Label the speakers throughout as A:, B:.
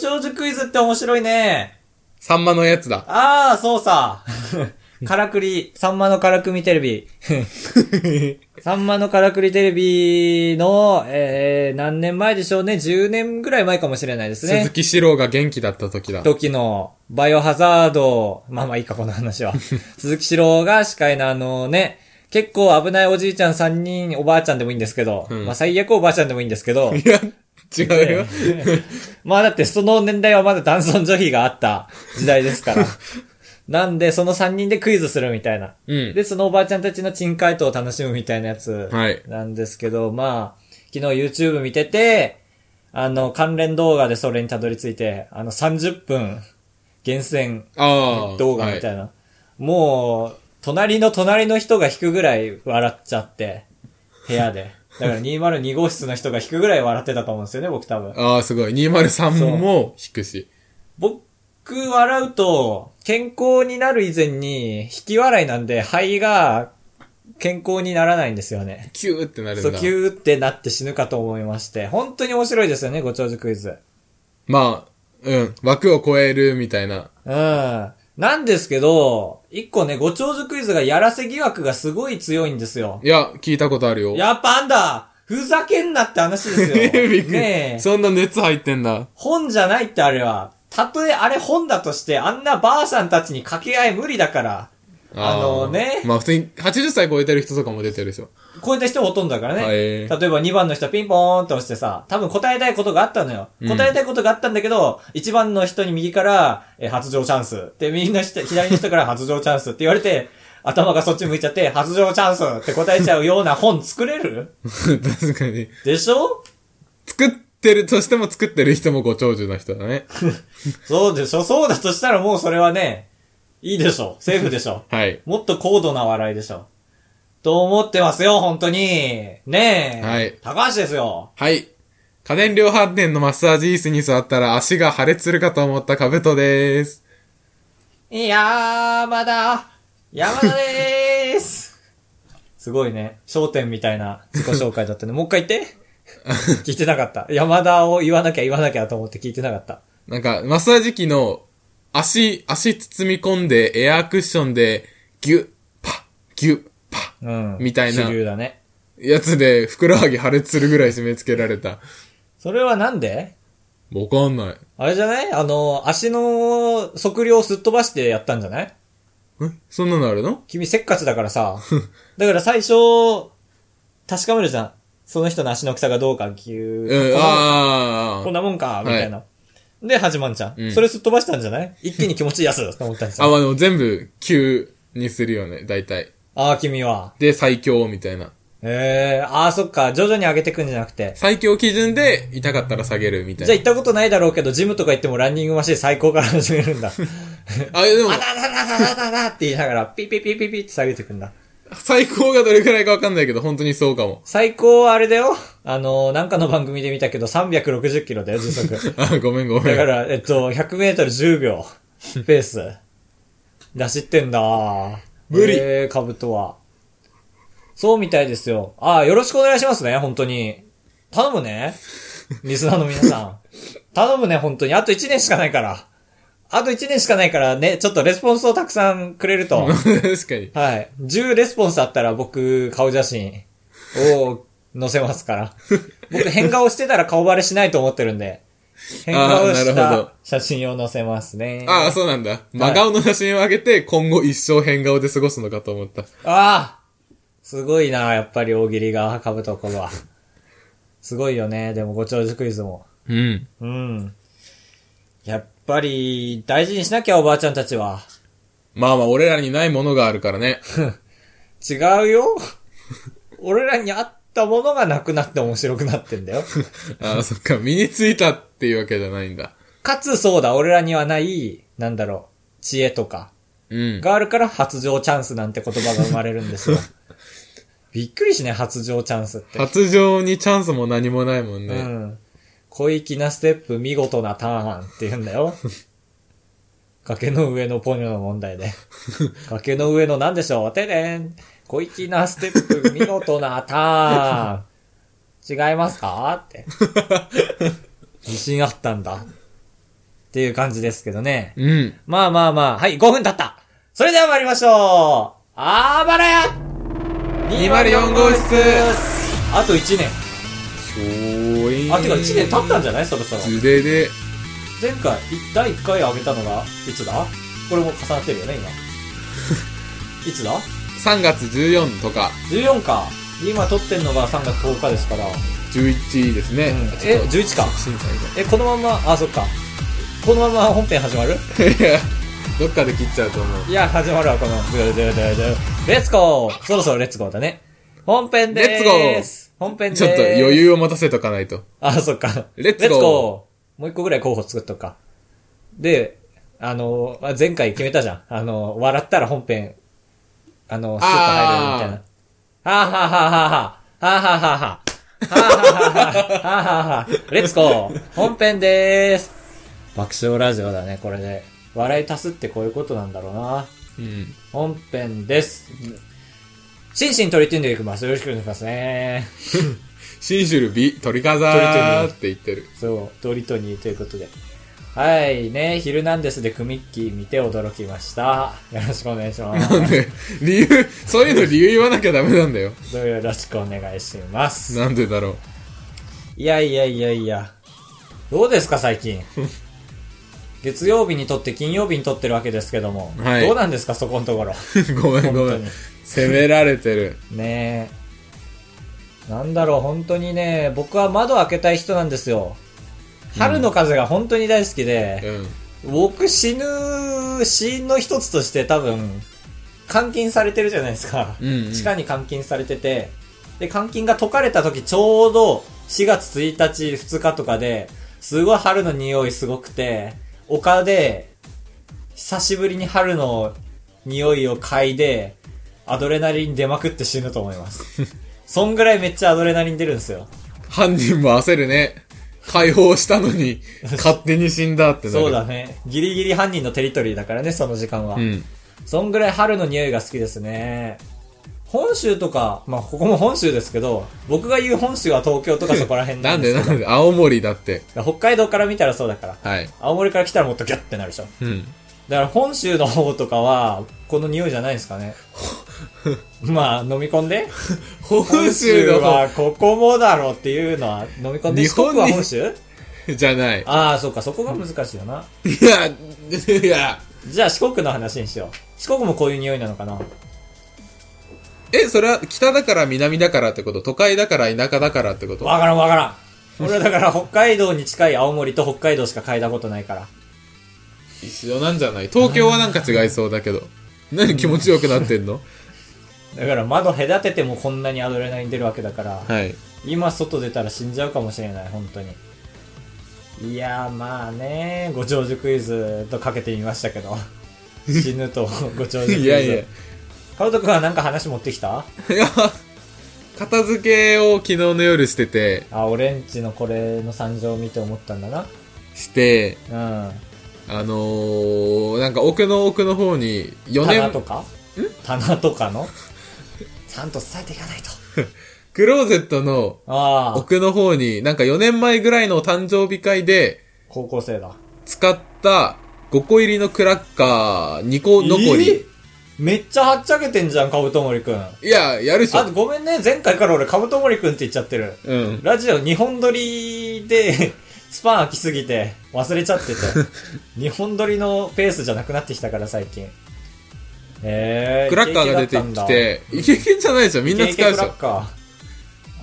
A: 長寿クイズって面白いね。
B: サンマのやつ だ。
A: ああ、そう さ。からくり、さんまのからくみテレビ。さんまのからくりテレビの、えー、何年前でしょうね。10年ぐらい前かもしれないですね。
B: 鈴木史郎が元気だった 時だ。
A: 時のバイオハザード、まあまあいいか、この話 は。鈴木史郎が司会のあのね、結構危ないおじいちゃん3人、おばあちゃんでもいいんですけど、
B: うん
A: まあ最悪おばあちゃんでもいいんですけ ど、
B: いや、違うよ。
A: まあだってその年代はまだ男尊女卑があった時代です から。なんで、その3人でクイズするみたいな。
B: うん。
A: で、そのおばあちゃんたちの珍回答を楽しむみたいなやつ。
B: はい
A: なんですけど、まあ、昨日 YouTube 見てて、あの、関連動画でそれにたどり着いて、あの、30分、厳選
B: ああ。
A: 動画みた
B: はい
A: な。もう、隣の隣の人が引くぐらい笑っちゃって、部屋で。だから202号室の人が引くぐらい笑ってたと思うんですよね、僕多分。
B: い。ああ、すごい。203も引くし。
A: 僕、笑うと、健康になる以前に、引き笑いなんで、肺が健康にならないんですよね。
B: キューってなる
A: そ
B: ん
A: う、
B: だ
A: キ。ューってなって死ぬかと思いまして。本当に面白いですよね、ご長寿クイズ。
B: まあ、うん。枠を超えるみたいな。
A: うん。なんですけど、一個ね、ご長寿クイズがやらせ疑惑がすごい強いんですよ。
B: いや、聞いたことあるよ。
A: やっぱあんだふざけんなって話ですよ。
B: びっくり
A: ねえ。
B: そんな熱入ってんだ。
A: 本じゃないってあれは。たとえあれ本だとして、あんなばあさんたちに掛け合い無理だから。あ
B: ー
A: のね
B: まあ普通に80歳超えてる人とかも出てるでしょ。
A: こういった人ほとんどだからね。
B: はい
A: 例えば2番の人はピンポーンと押してさ、多分答えたいことがあったのよ。
B: うん
A: 答えたいことがあったんだけど、1番の人に右から、えー発情チャンス。で、右の人、左の人から発情チャンスって言われて、 頭がそっち向いちゃって、発情チャンスって答えちゃうような本作れる
B: 確かに。
A: でしょ
B: 作ってるとしても作ってる人もご長寿な人だね。
A: そうでしょそうだとしたらもうそれはね、いいでしょセーフでしょ
B: はい。
A: もっと高度な笑いでしょ。と思ってますよ、本当に。ねえ。
B: はい
A: 高橋ですよ。
B: はい。家電量販店のマッサージ椅子に座ったら足が破裂するかと思ったカブトでーす。
A: 山田、山田でーす。 すごいね。焦点みたいな自己紹介だったね。もう一回 言って。聞いてなかった。山田を言わなきゃ言わなきゃと思って聞いてなかった。
B: なんか、マッサージ機の足、足包み込んでエアークッションでギュッ、パッ、ギュッ、パッ
A: うん。
B: みたいな
A: 主流だね。
B: やつでふくらはぎ破裂するぐらい締め付けられた。
A: それはなんで
B: わかんない。
A: あれじゃないあの、足の測量をすっ飛ばしてやったんじゃない
B: えそんなのあるの
A: 君せっかちだから さ。だから最初、確かめるじゃん。その人の足の大きさがどうか、ぎゅ
B: う
A: ー
B: ん、
A: こんな
B: あ
A: こん
B: ー。
A: なもんか、みたいな。で、始まんじゃん。
B: うん
A: それすっ飛ばしたんじゃない一気に気持ちいいやつと思ったんです
B: あ、
A: よ。
B: まあでも全部急にするよね、大体。
A: ああ、君は。
B: で、最強みたいな。
A: ええああ、そっか。徐々に上げてくんじゃなくて。
B: 最強基準で痛かったら下げるみた
A: じゃあ
B: い
A: 行ったことないだろうけど、ジムとか行ってもランニングマシン最高から始めるんだ。
B: な。あ、でも
A: あ、だだだだだだだって言いながら、ピピピピピって下げてくんだ。
B: 最高がどれくらいかわかんないけど、本当にそうかも。
A: 最高はあれだよ。あのー、なんかの番組で見たけど、360キロだよ、時速。
B: あ、ごめんご
A: だ
B: め
A: か
B: ん。
A: ら、えっと、100メートル10秒、ペース、出しってんだ。
B: 無理
A: えー、兜は。そうみたいですよ。ああ、よろしくお願いしますね、本当に。頼むね。リスナーの皆さ ん。頼むね、本当に。あと1年しかないから。あと1年しかないからね、ちょっとレスポンスをたくさんくれると。
B: 確かに。
A: はい。10レスポンスあったら僕、顔写真を載せます から。僕、変顔してたら顔バレしないと思ってるんで。変顔し
B: あーなるほ
A: た
B: ど
A: 写真を載せますね。
B: ああ、そうなんだ。真顔の写真を上げて、今後一生変顔で過ごすのかと思った。
A: ああすごいな、やっぱり大喜利が、かぶとこは。すごいよね、でもご長寿クイズも。
B: うん。
A: うん。やっぱり、大事にしなきゃ、おばあちゃんたちは。
B: まあまあ、俺らにないものがあるから ね。
A: 違う よ。俺らにあったものがなくなって面白くなってんだよ。
B: ああ、そっか。身についたっていうわけじゃないんだ。
A: かつそうだ、俺らにはない、なんだろう、知恵とか、
B: うん。
A: があるから発情チャンスなんて言葉が生まれるん ですよ。びっくりしね、発情チャンスって。
B: 発情にチャンスも何もないもん
A: う
B: ね。
A: ん。小粋なステップ、見事なターンって言うんだ よ。崖の上のポニョの問題で。崖の上の何でしょうてれん。小粋なステップ、見事なタ ーン。違いますかって。自信あったんだ。っていう感じですけどね。
B: うん。
A: まあまあまあ、はい、5分経ったそれでは参りましょうあばらや
B: 204号室
A: あと1年。
B: そうい
A: あ、てか1年経ったんじゃないそろそろ。
B: ずれで、
A: 前回、い第1回上げたのが、いつだこれも重なってるよね、 今。いつだ
B: 3月14とか
A: ?14 か。今撮ってんのが3月10日ですから。
B: 11ですね。
A: うん
B: ち ょっと
A: え11か
B: 審査員
A: え、このまま、あ、そっか。このまま本編始まる
B: がいやどっかで切っちゃうと思う。
A: いや、始まるわ、この、ドゥドゥドゥドゥ。レッツゴーそろそろレッツゴーだね。本編でーす。
B: レッツゴー
A: 本編でーす。
B: ちょっと余。裕を持たせとかないと。
A: あ、そっか。
B: レッツゴー
A: ーもう一個ぐらい候補作っとくか。で、あの、あ前回決めたじゃん。あの、笑ったら本編、あの、スッと入るみたいな。はあはあはあはあはあ。はあはあはあはあ。はあはあはあはあはあはあ。レッツゴー本編でーす。爆笑ラジオだね、これで。笑い足すってこういうことなんだろうな。
B: うん。
A: 本編です。心身取り組んでいきます。よろしくお願いしますね。
B: シンシュルビ、鳥風
A: 鳥
B: ーって言ってる。
A: そう、ドリトニーということで。はい、ね、ヒルナンデスでクミッキー見て驚きました。よろしくお願いしま
B: なん
A: す。
B: で、理由、そういうの理由言わなきゃダメなん だよ。
A: どうよろしくお願いします。
B: なんでだろう。
A: いやいやいやいや。どうですか、最 近。月曜日に撮って金曜日に撮ってるわけですけども。
B: はい
A: どうなんですか、そこのところ。
B: ごめん
A: 本
B: ご
A: 当
B: め
A: に
B: ん。責められてる。
A: ねえ。なんだろう、本当にね、僕は窓開けたい人なんですよ。春の風が本当に大好きで、
B: うん。
A: 僕死ぬ死因の一つとして多分、監禁されてるじゃないですか。
B: うん、うん。
A: 地下に監禁されてて、で、監禁が解かれた時ちょうど4月1日、2日とかで、すごい春の匂いすごくて、丘で、久しぶりに春の匂いを嗅いで、アドレナリン出まくって死ぬと思い ます。そんぐらいめっちゃアドレナリン出るんですよ。
B: 犯人も焦るね。解放した のに、勝手に死んだってなる。
A: そうだ。ね。ギリギリ犯人のテリトリーだからね、その時間は。
B: うん。
A: そんぐらい春の匂いが好きですね。本州とか、まあ、ここも本州ですけど、僕が言う本州は東京とかそこら辺
B: なん
A: です
B: で
A: けど
B: なんで、青森だって。
A: 北海道から見たらそうだから。
B: はい。
A: 青森から来たらもっとギュッてなるでしょ。
B: うん。
A: だから本州の方とかは、この匂いじゃないですか ね。まあ、飲み込んで。
B: 本
A: 本
B: 州
A: 州
B: の方
A: はここもだろうっていうのは、飲み込んで、
B: 日
A: 四国
B: 本に
A: は本州
B: じゃない。
A: ああ、そっか、そこが難しいよな。
B: いや、いや、
A: じゃあ四国の話にしよう。四国もこういう匂いなのかな
B: え、それは北だから南だからってこと都会だから田舎だからってこと
A: わからんわからん。俺はだから北海道に近い青森と北海道しか嗅いだことないから。
B: 一緒なんじゃない東京はなんか違いそうだけど。何気持ちよくなって んの
A: だから窓隔ててもこんなにアドレナリン出るわけだから。
B: はい。
A: 今外出たら死んじゃうかもしれない本当にいやーまあねご長寿クイズとかけてみましたけ ど死ぬとご長寿クイズ
B: いやいや。
A: カウト君はなんか話持ってきた
B: いや、片付けを昨日の夜してて、
A: あ俺んちのこれの惨状を見て思ったんだな
B: して、
A: うん
B: あのー、なんか奥の奥の方に4
A: 棚と
B: 年、
A: か棚とかのちゃんと伝えていかないと
B: クローゼットの
A: ああ
B: 奥の方に、なんか4年前ぐらいのお誕生日会で
A: 高校生だ
B: 使った5個入りのクラッカー2個残
A: えー
B: り。
A: めっちゃはっちゃけてんじゃんカブトモリ君あ
B: いや、やるでしょ。
A: ごめんね前回から俺カブトモリ君って言っちゃってる
B: うん。
A: ラジオ2本撮りで、 スパン空きすぎて、忘れちゃ ってて。2本撮りのペースじゃなくなってきたから、最近。えー、
B: クラッカーが出てきて、イケイケじゃないでしょ。み
A: イ
B: ん
A: ケイ
B: な
A: ケ、
B: 使うで
A: ク
B: し
A: ラ
B: ょ
A: ッ。カ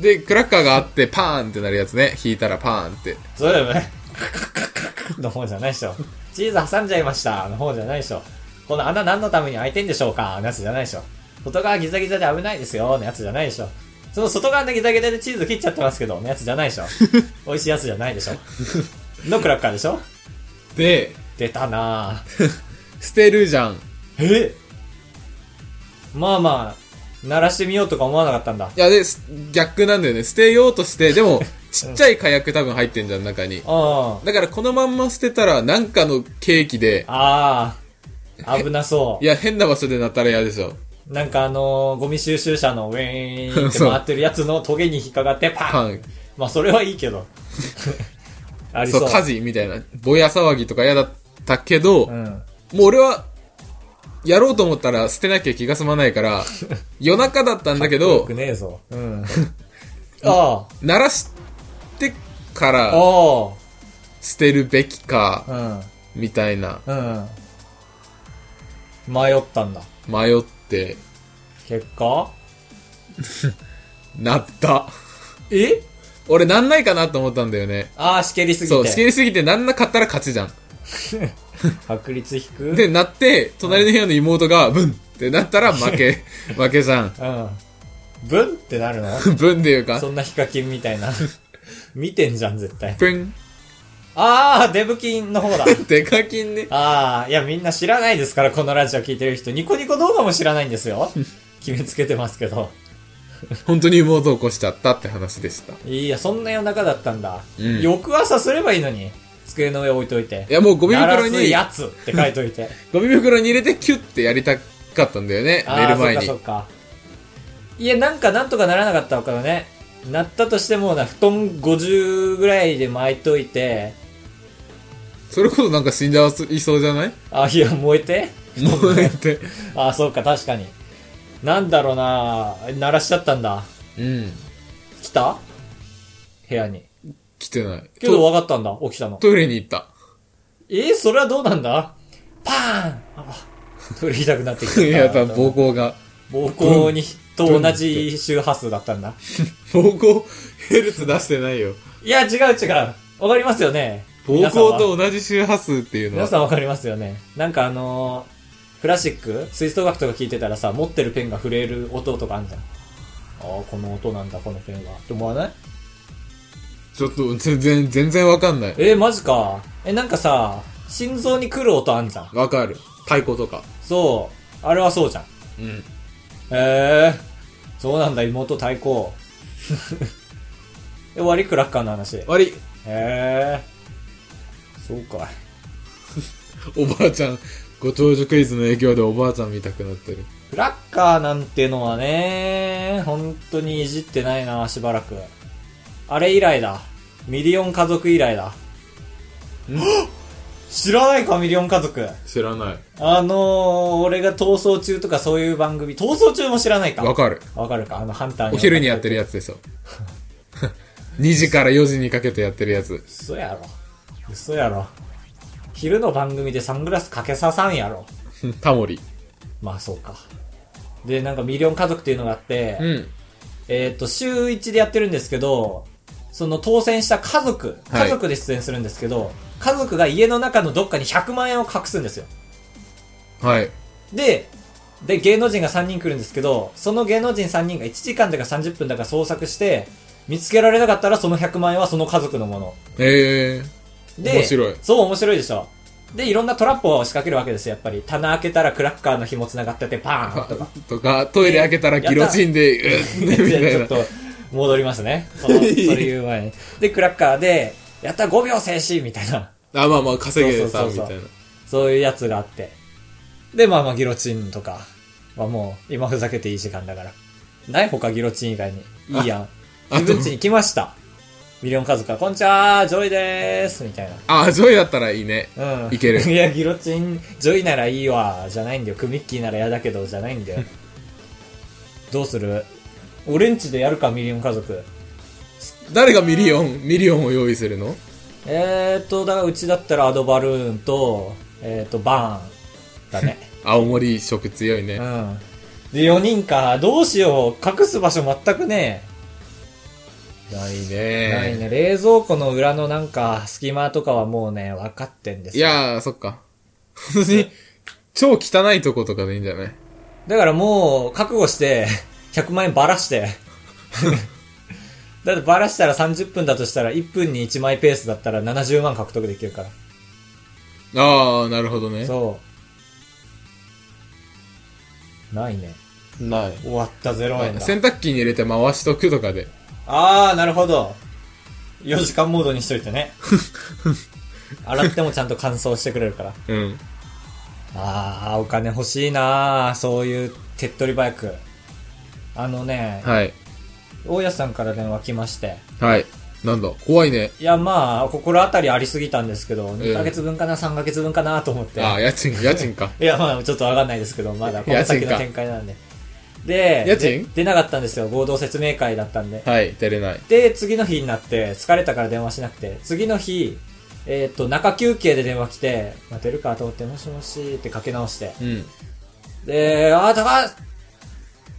B: で、クラッカーがあって、パーンってなるやつね。引いたらパーンって。
A: ー。それでもね、カッカッカッカッカッの方じゃないでしょ。チーズ挟んじゃいました、の方じゃないでしょ。この穴何のために開いてんでしょうか、のやつじゃないでしょ。外側ギザギザで危ないですよ、のやつじゃないでしょ。その外側のギザギザでチーズ切っちゃってますけど、のやつじゃないでしょ。美味しいやつじゃないでしょ。のクラッカーでしょ
B: で、
A: 出たなぁ。
B: 捨てるじゃん。
A: えまあまあ、鳴らしてみようとか思わなかったんだ。
B: いや、で、す逆なんだよね。捨てようとして、でも、ちっちゃい火薬多分入ってんじゃん、中に。
A: うん。
B: だからこのまんま捨てたら、なんかのケーキで、
A: ああ、危なそ
B: いや、変な場所でなったら嫌でしょ。
A: う。なんかあのーゴミ収集車のウェーンって回ってるやつのトゲに引っかかってパン
B: パン。
A: まあそれはいいけど。あり
B: そ
A: そう
B: う、火事みたいな、ぼや騒ぎとか嫌だったけど、
A: うん。
B: もう俺は、やろうと思ったら捨てなきゃ気が済まないから、 夜中だったんだけ
A: よ
B: ど
A: く、ねえぞ。うん。 あ
B: 鳴らしてか
A: あ。
B: ら
A: あ
B: 捨てるべきか、
A: あ。
B: みたいな、
A: うん。うん。迷ったんだ。
B: 迷って、
A: 結果
B: なった。
A: え
B: 俺なんないかなと思ったんだよね。
A: ああ、しけりすぎて。
B: そう、しけりすぎてなんなかったら勝ちじゃん。
A: 確率低く
B: で、なって、隣の部屋の妹が、ブンってなったら負 け、負けじゃん。
A: うん。ブンってなる の
B: ブンっていうか
A: そ、んなヒカキンみた いな。見てんじゃん、絶対。
B: プン
A: ああ、デブキンの方だ。
B: デカキンね。
A: ああ、いやみんな知らないですから、このラジオ聞いてる人。ニコニコ動画も知らないんですよ。決めつけてますけど。
B: 本当に妹を起こしちゃったって話でした。い
A: いや、そんな夜中だったんだ。
B: うん
A: 翌朝すればいいのに。机の上置いといて。
B: や、もうゴミ
A: 鳴ら
B: 袋
A: す
B: に、
A: やつって書いといて。
B: ゴミ袋に入れてキュッてやりたかったんだよね。
A: あー
B: 寝る前に
A: そっ。かそっか。いや、なんかなんとかならなかったのからね。なったとしてもな、布団50ぐらいで巻いといて、
B: それこそなんか死んじゃいそうじゃない
A: あ、いや、燃えて
B: もうやって。
A: あ、そうか、確かに。なんだろうな鳴らしちゃったんだ。
B: うん。
A: 来た部屋に。
B: 来てない。
A: けど
B: ト
A: 分かったんだ、起きたの。
B: トイレに 行った。
A: えー、それはどうなんだパーンあ、トイレ痛くなってきた。
B: いや、多分暴行が。
A: 暴行に、と同じ周波数だったんだ。
B: 暴行、ヘルツ出してないよ。
A: いや、違う違う。わかりますよね。
B: 暴
A: 皆
B: 行
A: さんは
B: と同じ周波数っていうの
A: 皆
B: は。
A: さんわかりますよね。なんかあのー、クラシック吹奏楽とか聞いてたらさ、持ってるペンが震える音とかあんじゃん。ああ、この音なんだ、このペンは。って思わない
B: ちょっと、全然、全然わかんない。
A: えー、マジか。え、なんかさ、心臓に来る音あんじゃん。
B: わかる。太鼓とか。
A: そう。あれはそうじゃん。
B: うん。
A: へえー、そうなんだ、妹対 抗。で、終わりクラッカーの話。へ
B: あれ、
A: えー、そうかい。
B: おばあちゃん、ご長寿クイズの影響でおばあちゃん見たくなってる。
A: クラッカーなんてのはね、本当にいじってないな、しばらく。あれ以来だ。ミリオン家族以来だ。 知らないか、ミリオン家族。
B: 知らない。
A: あのー、俺が逃走中とかそういう番組、逃走中も知らないか。
B: わかる。
A: わかるか、あのハンター
B: お昼にやって
A: る。
B: るやつで しょ。2時から4時にかけてやってるやつ。
A: 嘘やろ。嘘やろ。昼の番組でサングラスかけささんやろ。
B: タモリ。
A: まあそうか。で、なんかミリオン家族っていうのがあって、
B: うん。
A: えっ、と、週1でやってるんですけど、その当選した家族、
B: はい
A: 家族で出演するんですけど、家族が家の中のどっかに100万円を隠すんですよ。
B: はい。
A: で、で、芸能人が3人来るんですけど、その芸能人3人が1時間だか30分だか捜索して、見つけられなかったらその100万円はその家族のもの。
B: え
A: で、
B: 面白い
A: そう、面白いでしょ。で、いろんなトラップを仕掛けるわけですよ、やっぱり。棚開けたらクラッカーの紐繋がってて、パーン とか。
B: ー。とか、トイレ開けたらギロチンで、うっみ
A: でちょった
B: い
A: と
B: な。
A: 戻りますね。そ の、それ言う前に。で、クラッカーで、やった5秒静止みたいな、
B: あ、まあまあ、稼げた、
A: そう
B: み
A: そうそうそ
B: た
A: う
B: いな。
A: そういうやつがあって。で、まあまあ、ギロチンとかはもう、今ふざけていい時間だから。ない他ギロチン以外に。いいやん。
B: あ
A: 自分家に来ました。ミリオン家族が、こんにちは、ジョイでーす、みたいな。
B: あ、ジョイだったらいいね。
A: うん。
B: いける
A: いや、ギロチン、ジョイならいいわ、じゃないんだよ。クミッキーなら嫌だけど、じゃないんだよ。どうする俺んちでやるか、ミリオン家族。
B: 誰がミリオン、ミリオンを用意するの
A: えーと、だからうちだったらアドバルーンと、えーと、バーンだ ね。
B: 青森色強いうね。
A: ん。で、4人か。どうしよう。隠す場所全くね
B: ない
A: え。ないね。
B: ね。
A: 冷蔵庫の裏のなんか、隙間とかはもうね、分かってんです
B: い
A: よ。
B: やー、そっか。本当に、超汚いとことかでいいんじゃない
A: だからもう、覚悟して、100万円 ばらして。 だってばらしたら30分だとしたら、1分に1枚ペースだったら70万獲得できるから。
B: あー、なるほどね。
A: そう。ないね。
B: ない。
A: 終わった0円だ。
B: 洗濯機に入れて回しとくとかで。
A: あー、なるほど。4時間モードにしといて ね。洗ってもちゃんと乾燥してくれるから。
B: うん。
A: あー、お金欲しいなー。そういう手っ取り早く。あのね、
B: はい。
A: 大家さんから電話来まして、
B: はい。なんだ、怖いね。
A: いや、まあ、心当たりありすぎたんですけど、
B: え
A: 2ヶ月分かな、3ヶ月分かなと思って。
B: ああ、家賃、家賃 か。
A: いや、まあ、ちょっとわかんないですけど、まだ、この先の展開なんで。で、
B: 家賃
A: で出なかったんですよ。合同説明会だったんで。
B: はい、出れない。
A: で、次の日になって、疲れたから電話しなくて、次の日、えーっと、中休憩で電話来て、まあ、出るかと思って、もしもしってかけ直して。
B: うん。
A: で、あー、高橋、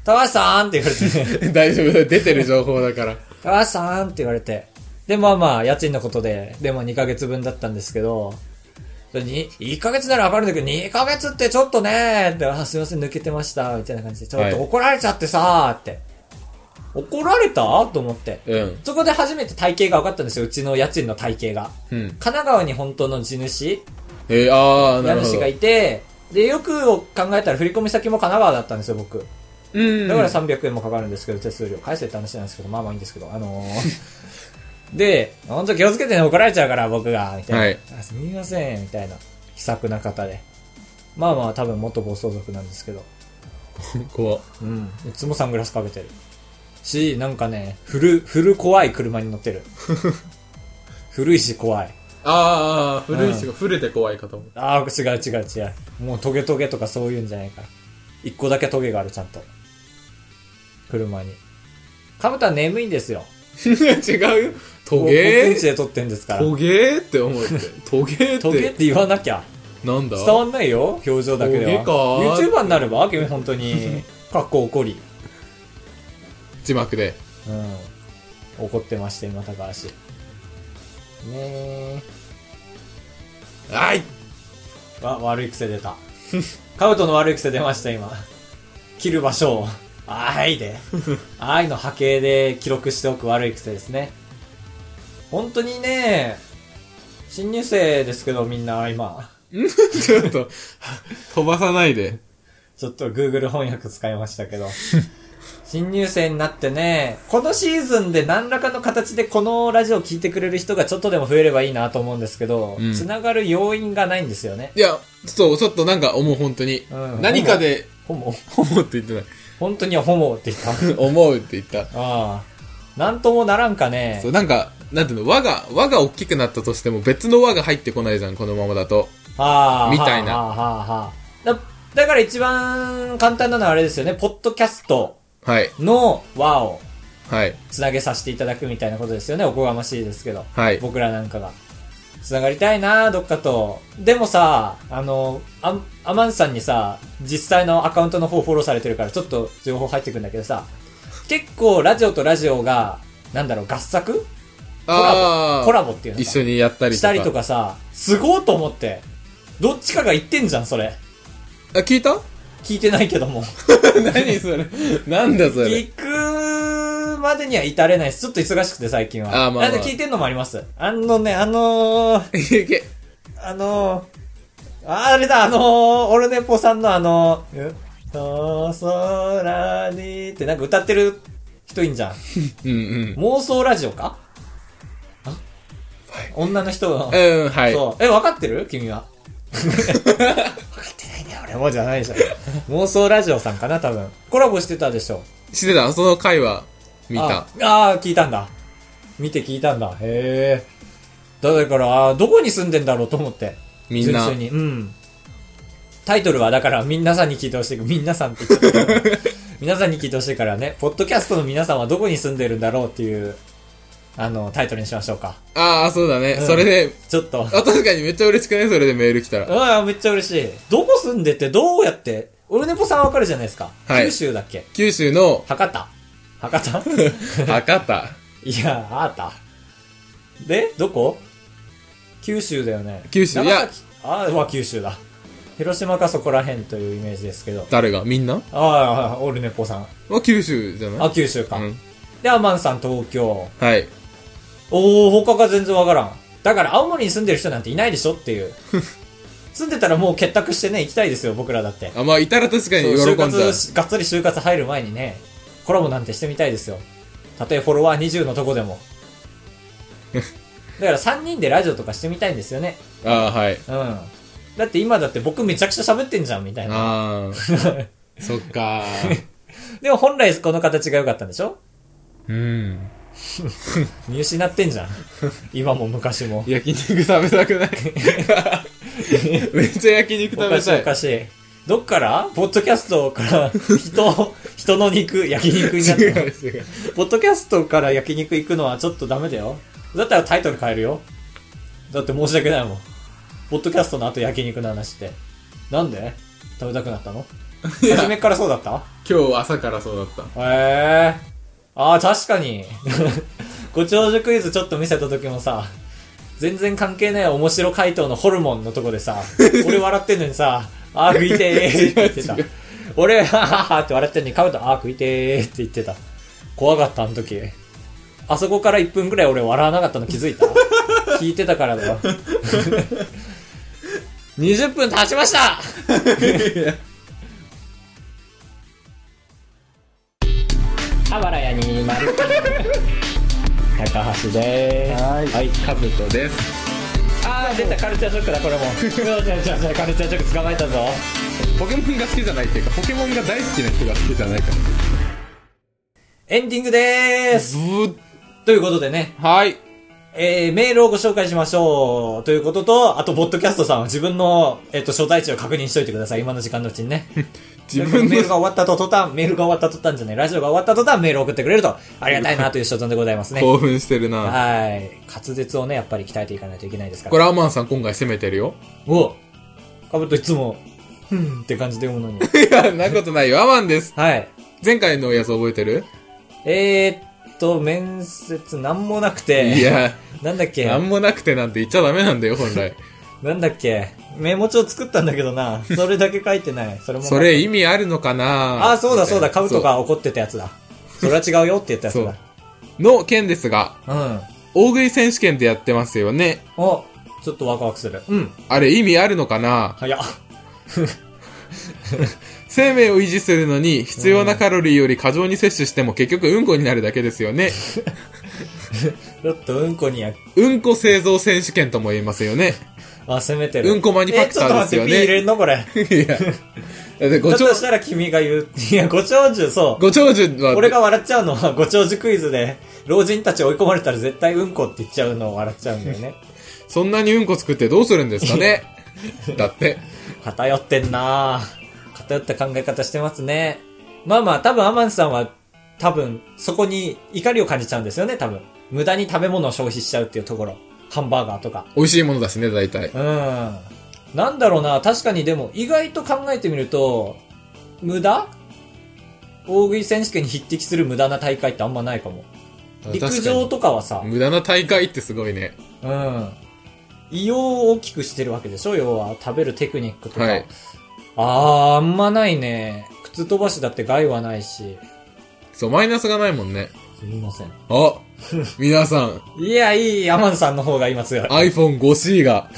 A: 高橋さんって言われて、
B: 大丈夫だよ、出てる情報だから。
A: 高橋さんって言われて。で、まあまあ、家賃のことで、でも2ヶ月分だったんですけど、に1ヶ月ならわかるんだけど、2ヶ月ってちょっとねーって、あ、すいません、抜けてました、みたいな感じで、ちょっと怒られちゃってさーって。怒られたと思って。
B: うん。
A: そこで初めて体型が分かったんですよ、うちの家賃の体型が。
B: うん。
A: 神奈川に本当の地主、
B: えー、ああ、な
A: 家
B: るほ
A: 主
B: ど
A: が。いて、で、よく考えたら振込先も神奈川だったんですよ、僕。
B: うん。
A: だから300円もかかるんですけど、手数料返せって話なんですけど、まあまあいいんですけど、あのー、 で、ほんと気をつけてね、怒られちゃうから、僕が、みたいな。
B: はい
A: あすみません、みたいな。気さくな方で。まあまあ、多分元暴走族なんですけど。
B: 怖
A: うん。いつもサングラスかけてる。し、なんかね、古、古怖い車に乗 ってる。古いし怖い。
B: ああ、古いし、
A: う
B: 古れて怖いかと思う。
A: ああ、違う違う違う。もうトゲトゲとかそういうんじゃないから。一個だけトゲがある、ちゃんと。車に。カブタ眠いんですよ。
B: 違うよ。ト
A: 僕
B: ゲ
A: んち
B: ー
A: で撮ってんですから。
B: トゲーって思って。トゲーって。
A: トゲって言わなきゃ。
B: なんだ
A: 伝わんないよ、表情だけでは。
B: トゲか
A: YouTuber になれば君本当 に、かっこ怒り。
B: 字幕で。
A: うん。怒ってました、今、高橋。ねえ。
B: はい
A: あ、悪い癖出た。 カブトの悪い癖出ました、今。切る場所を、あーい で、あーいの波形で記録しておく悪い癖ですね。本当にね、新入生ですけど、みんな今、
B: ちょっと、飛ばさないで。
A: ちょっと Google 翻訳使いましたけど、 新入生になってね、このシーズンで何らかの形でこのラジオを聞いてくれる人がちょっとでも増えればいいなと思うんですけど、
B: うん
A: 繋がる要因がないんですよね。
B: いや、そう、ちょっとなんか思う、本当に。
A: うん
B: 何かで、
A: ホモ
B: 思うって言って
A: 本当にはホモって言った。
B: ない。思うって言った。
A: あ あ。なんともならんかね
B: そう、。なんか、なんていうの、輪が、輪が大きくなったとしても別の輪が入ってこないじゃん、このままだと。
A: ああ。
B: みたいな
A: はあはあはあだだから一番簡単なのはあれですよね。ポッドキャスト
B: はい、
A: の輪を
B: はい、
A: つなげさせていただくみたいなことですよね。おこがましいですけど。
B: はい。
A: 僕らなんかが。つながりたいなどっかと。でもさ、あの、あアマンさんにさ、実際のアカウントの方フォローされてるから、ちょっと情報入ってくんだけどさ、結構ラジオとラジオが、なんだろう、合作
B: ああ、
A: コラボっていうの
B: 一緒にやったりとか。
A: したりとかさ、すごいと思って。どっちかが言ってんじゃん、それ。
B: あ、聞 いた
A: 聞いてないけども。
B: 何それ。なんだそれ。
A: 聞くまでには至れないです。ちょっと忙しくて最近は。
B: あーまあまあ
A: なんで聞いてんのもあります。あのね、あのー、
B: いけ。
A: あのー、ああれだ、あのー、オルネポさんのあのー、と空にってなんか歌ってる人いんじゃん。
B: うんうん。
A: 妄想ラジオかあ女の人の。
B: うん、はい。
A: そう。え、分かってる君は。分かってないね、俺もじゃないでしょ。妄想ラジオさんかな、多分。コラボしてたでしょ。
B: してた、その回は見た。。
A: ああー、聞いたんだ。見て聞いたんだ。へえ。だだから、あーどこに住んでんだろうと思って。
B: みんな
A: 純。粋に。うん。タイトルは、だから、みんなさんに聞いてほしい。みんなさんって言っちゃった けど。皆さんに聞いてほしいからね、ポッドキャストの皆さんはどこに住んでるんだろうっていう、あの、タイトルにしましょうか。
B: ああ、そうだね。
A: うん
B: それで、
A: ちょっと。
B: あ、確かにめっちゃ嬉しくないそれでメール来たら。
A: ああ、めっちゃ嬉しい。どこ住んでて、どうやって、オルネポさんわかるじゃないですか。
B: はい
A: 九州だっけ
B: 九州の
A: 博多博多
B: 博多。
A: いや、あーた。で、どこ九州だよね。
B: 九州
A: 長崎。ああ、は九州だ。広島かそこら辺というイメージですけど。
B: 誰がみんな
A: ああ、オルネポさん。
B: は九州じゃない
A: あ、九州か。
B: うん。
A: で、アマンさん東京。
B: はい。
A: おお他が全然わからん。だから青森に住んでる人なんていないでしょって いう。住んでたらもう結託してね、行きたいですよ、僕らだって。
B: あ、まあ、いたら確かに喜
A: そうん
B: じゃう
A: 就活しがっつり就活入る前にね、コラボなんてしてみたいですよ。たとえフォロワー20のとこで も。だから3人でラジオとかしてみたいんですよね。
B: ああ、はい。
A: うん。だって今だって僕めちゃくちゃ喋ってんじゃん、みたいな。
B: ああ。 そっかー。
A: でも本来この形が良かったんでしょ
B: うん。
A: 見失ってん じゃん。今も昔も。
B: 焼肉食べた くないめっちゃ焼肉
A: お
B: 食
A: か
B: べ
A: しいお
B: た
A: か
B: い。
A: しい。どっからポッドキャスト から人、人の肉、焼肉になっ
B: 違
A: て
B: う違う。
A: ポッドキャストから焼肉行くのはちょっとダメだよ。だったらタイトル変えるよ。だって申し訳ないもん。ポッドキャストの後焼肉の話って。なんで食べたくなったの初めっからそうだった
B: 今日朝からそうだった。
A: へえ。ああ、確かに。 ご長寿クイズちょっと見せた時もさ、全然関係ない面白回答のホルモンのとこでさ、俺笑ってんのにさ、あー食いてーって言ってた。俺、はははって笑ってんのに、カブト、あー食いてーって言ってた。怖かった、あの時。あそこから1分くらい俺笑わなかったの気づいた聞いてたからだよ。20分経ちましたあばらや2 0 高橋でーす。
B: はい
A: はい。
B: カブトです。
A: あー、出 た、カルチャーショックだ、これも。違う違う違う違う、カルチャーショック捕まえたぞ。
B: ポケモンが好きじゃないっていうか、ポケモンが大好きな人が好きじゃないから。
A: エンディングでーす。
B: ずー
A: ということでね、
B: はい。
A: えー、メールをご紹介しましょう。ということと、あと、ボッドキャストさんは自分の、えっ、と、所在地を確認しといてください。今の時間のうちに ね。
B: 自分
A: メー
B: で
A: ルが終わったと途端、メールが終わった途端じゃない、ラジオが終わった途端、メールを送ってくれると、ありがたいなという所存でございますね。
B: 興奮してるな。
A: はい。滑舌をね、やっぱり鍛えていかないといけないですから。
B: これアマンさん今回攻めてるよ。
A: おかぶといつも、ふんって感じで読 むのに。
B: いや、んなことない よ。アマンです。
A: はい。
B: 前回のやつ覚えてる
A: えー、っと、面接なんもなくて、
B: いや、
A: なんだっけ
B: な、んもなくてなんて言っちゃダメなんだよ、本 来。
A: なんだっけ、メモ帳作ったんだけどな、それだけ書いてない。それも。
B: それ意味あるのかな
A: ああ、そうだそうだ、カブト
B: か
A: が怒ってたやつだ。それは違うよって言ったやつ
B: そ
A: だ
B: う。。の件ですが、
A: うん。
B: 大食い選手権でやってますよね。
A: お、ちょっとワクワクする。うん。
B: あれ意味あるのかな
A: 早っ。
B: 生命を維持するのに必要なカロリーより過剰に摂取しても結局うんこになるだけですよね。
A: ちょっとうんこにや、
B: うんこ製造選手権とも言いますよね。
A: あ、攻めてる。
B: うんこマニュファクチャーですよね
A: えちょっと待って、ピー入れんのこれ。
B: い や。だ
A: ちょ
B: ってご
A: っ
B: 長
A: としたら君が言う。いや、ご長寿、そう。
B: ご長寿は、
A: 俺が笑っちゃうのは、 ご長寿クイズで、老人たち追い込まれたら絶対うんこって言っちゃうのを笑っちゃうんだよね。
B: そんなにうんこ作ってどうするんですかねだって。
A: 偏ってんなぁ。偏った考え方してますね。まあまあ、多分アマンさんは、多分、そこに怒りを感じちゃうんですよね、多分。無駄に食べ物を消費しちゃうっていうところ。ハンバーガーとか。
B: 美味しいものだしね、大体。
A: うん。なんだろうな、確かにでも、意外と考えてみると、無駄大食い選手権に匹敵する無駄な大会ってあんまないかも。陸上
B: 確
A: とかはさ
B: かに、無駄な大会ってすごいね。
A: うん。胃を大きくしてるわけでしょ要は、食べるテクニックとか。
B: はい
A: あー、あんまないね。靴飛ばしだって害はないし。
B: そう、マイナスがないもんね。
A: すみません。
B: あ皆さん、
A: いや、いい、アマンさんの方が今強い。
B: iPhone5C が、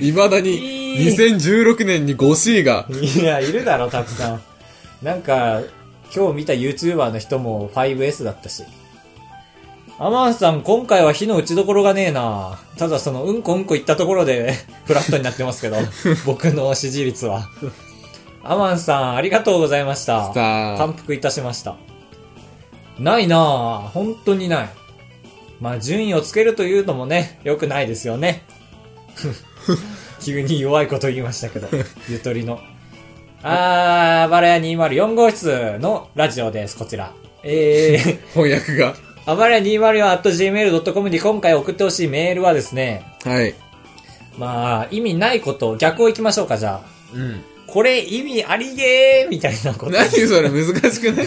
B: 未だに
A: いい
B: 2016年に 5C が、
A: いや、いるだろ、たくさん。なんか、今日見た YouTuber の人も 5S だったし。アマンさん、今回は火の打ちどころがねえなただその、うんこうんこ言ったところで、 フラットになってますけど、僕の支持率は。アマンさん、ありがとうございました。
B: さ
A: 感
B: あ、
A: 服いたしました。ないなぁ。本当にない。まあ、順位をつけるというのもね、良くないですよね。 急に弱いこと言いましたけど、ゆとりの。あー、バラヤ204号室のラジオです、こちら。え ー、
B: 翻訳が。
A: あばらや 204.gmail.com に今回送ってほしいメールはですね、
B: はい。
A: まあ、意味ないこと、逆を行きましょうか、じゃあ。
B: うん。
A: これ意味ありげーみたいなこと。
B: 何それ難しくない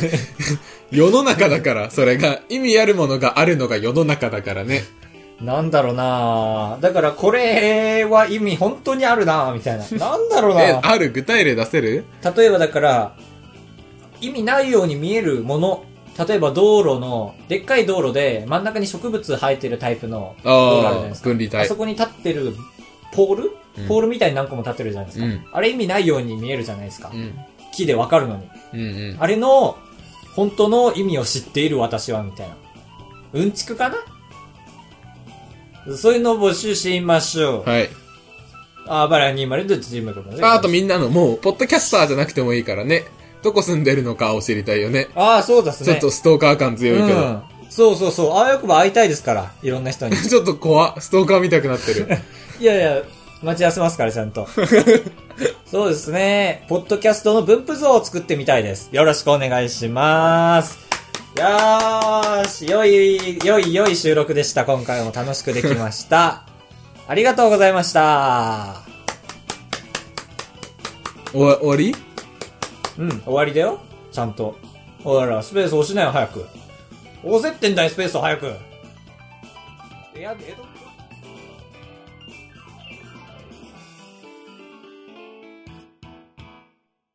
B: 世の中だから、それが。意味あるものがあるのが世の中だからね。
A: なんだろうなぁだからこれは意味本当にあるなぁみ たいな。なんだろう
B: え、
A: な
B: ある具体例出せる
A: ぁ例えばだから、意味ないように見えるもの。例えば道路の、でっかい道路で真ん中に植物生えてるタイプの道路あるじゃない
B: あ
A: で
B: あ
A: す、か。
B: 分離
A: あ
B: 体
A: そ。こに立ってるポール、
B: うん
A: ポールみたいに何個も立ってるじゃないですか。
B: うん
A: あれ意味ないように見えるじゃないですか
B: う。ん。
A: 木でわかるのに。
B: うんうん。
A: あれの、本当の意味を知っている私は、みたいな。うんちくかなそういうのを募集しましょう。
B: はい。
A: あばら202とチームとかね。
B: ああとみんなのもう、ポッドキャスターじゃなくてもいいからね。どこ住んでるのかを知りたいよね。
A: ああ、そうです
B: ちょ
A: ね。
B: っとストーカー感強いけど。
A: うん。そうそうそう。あわよくば会いたいですから。いろんな人に。
B: ちょっと怖っストーカー見たくなってる。
A: いやいや、待ち合わせますから、ちゃんと。そうですね。ポッドキャストの分布像を作ってみたいです。よろしくお願いします。よーし、良い、良い、良い収録でした。今回も楽しくできました。ありがとうございました。
B: おわ終わり
A: うん、終わりだよ。ちゃんと。ほら、スペース押しなよ、早く。押せってんだよ、スペースを早く。いや、江戸っ子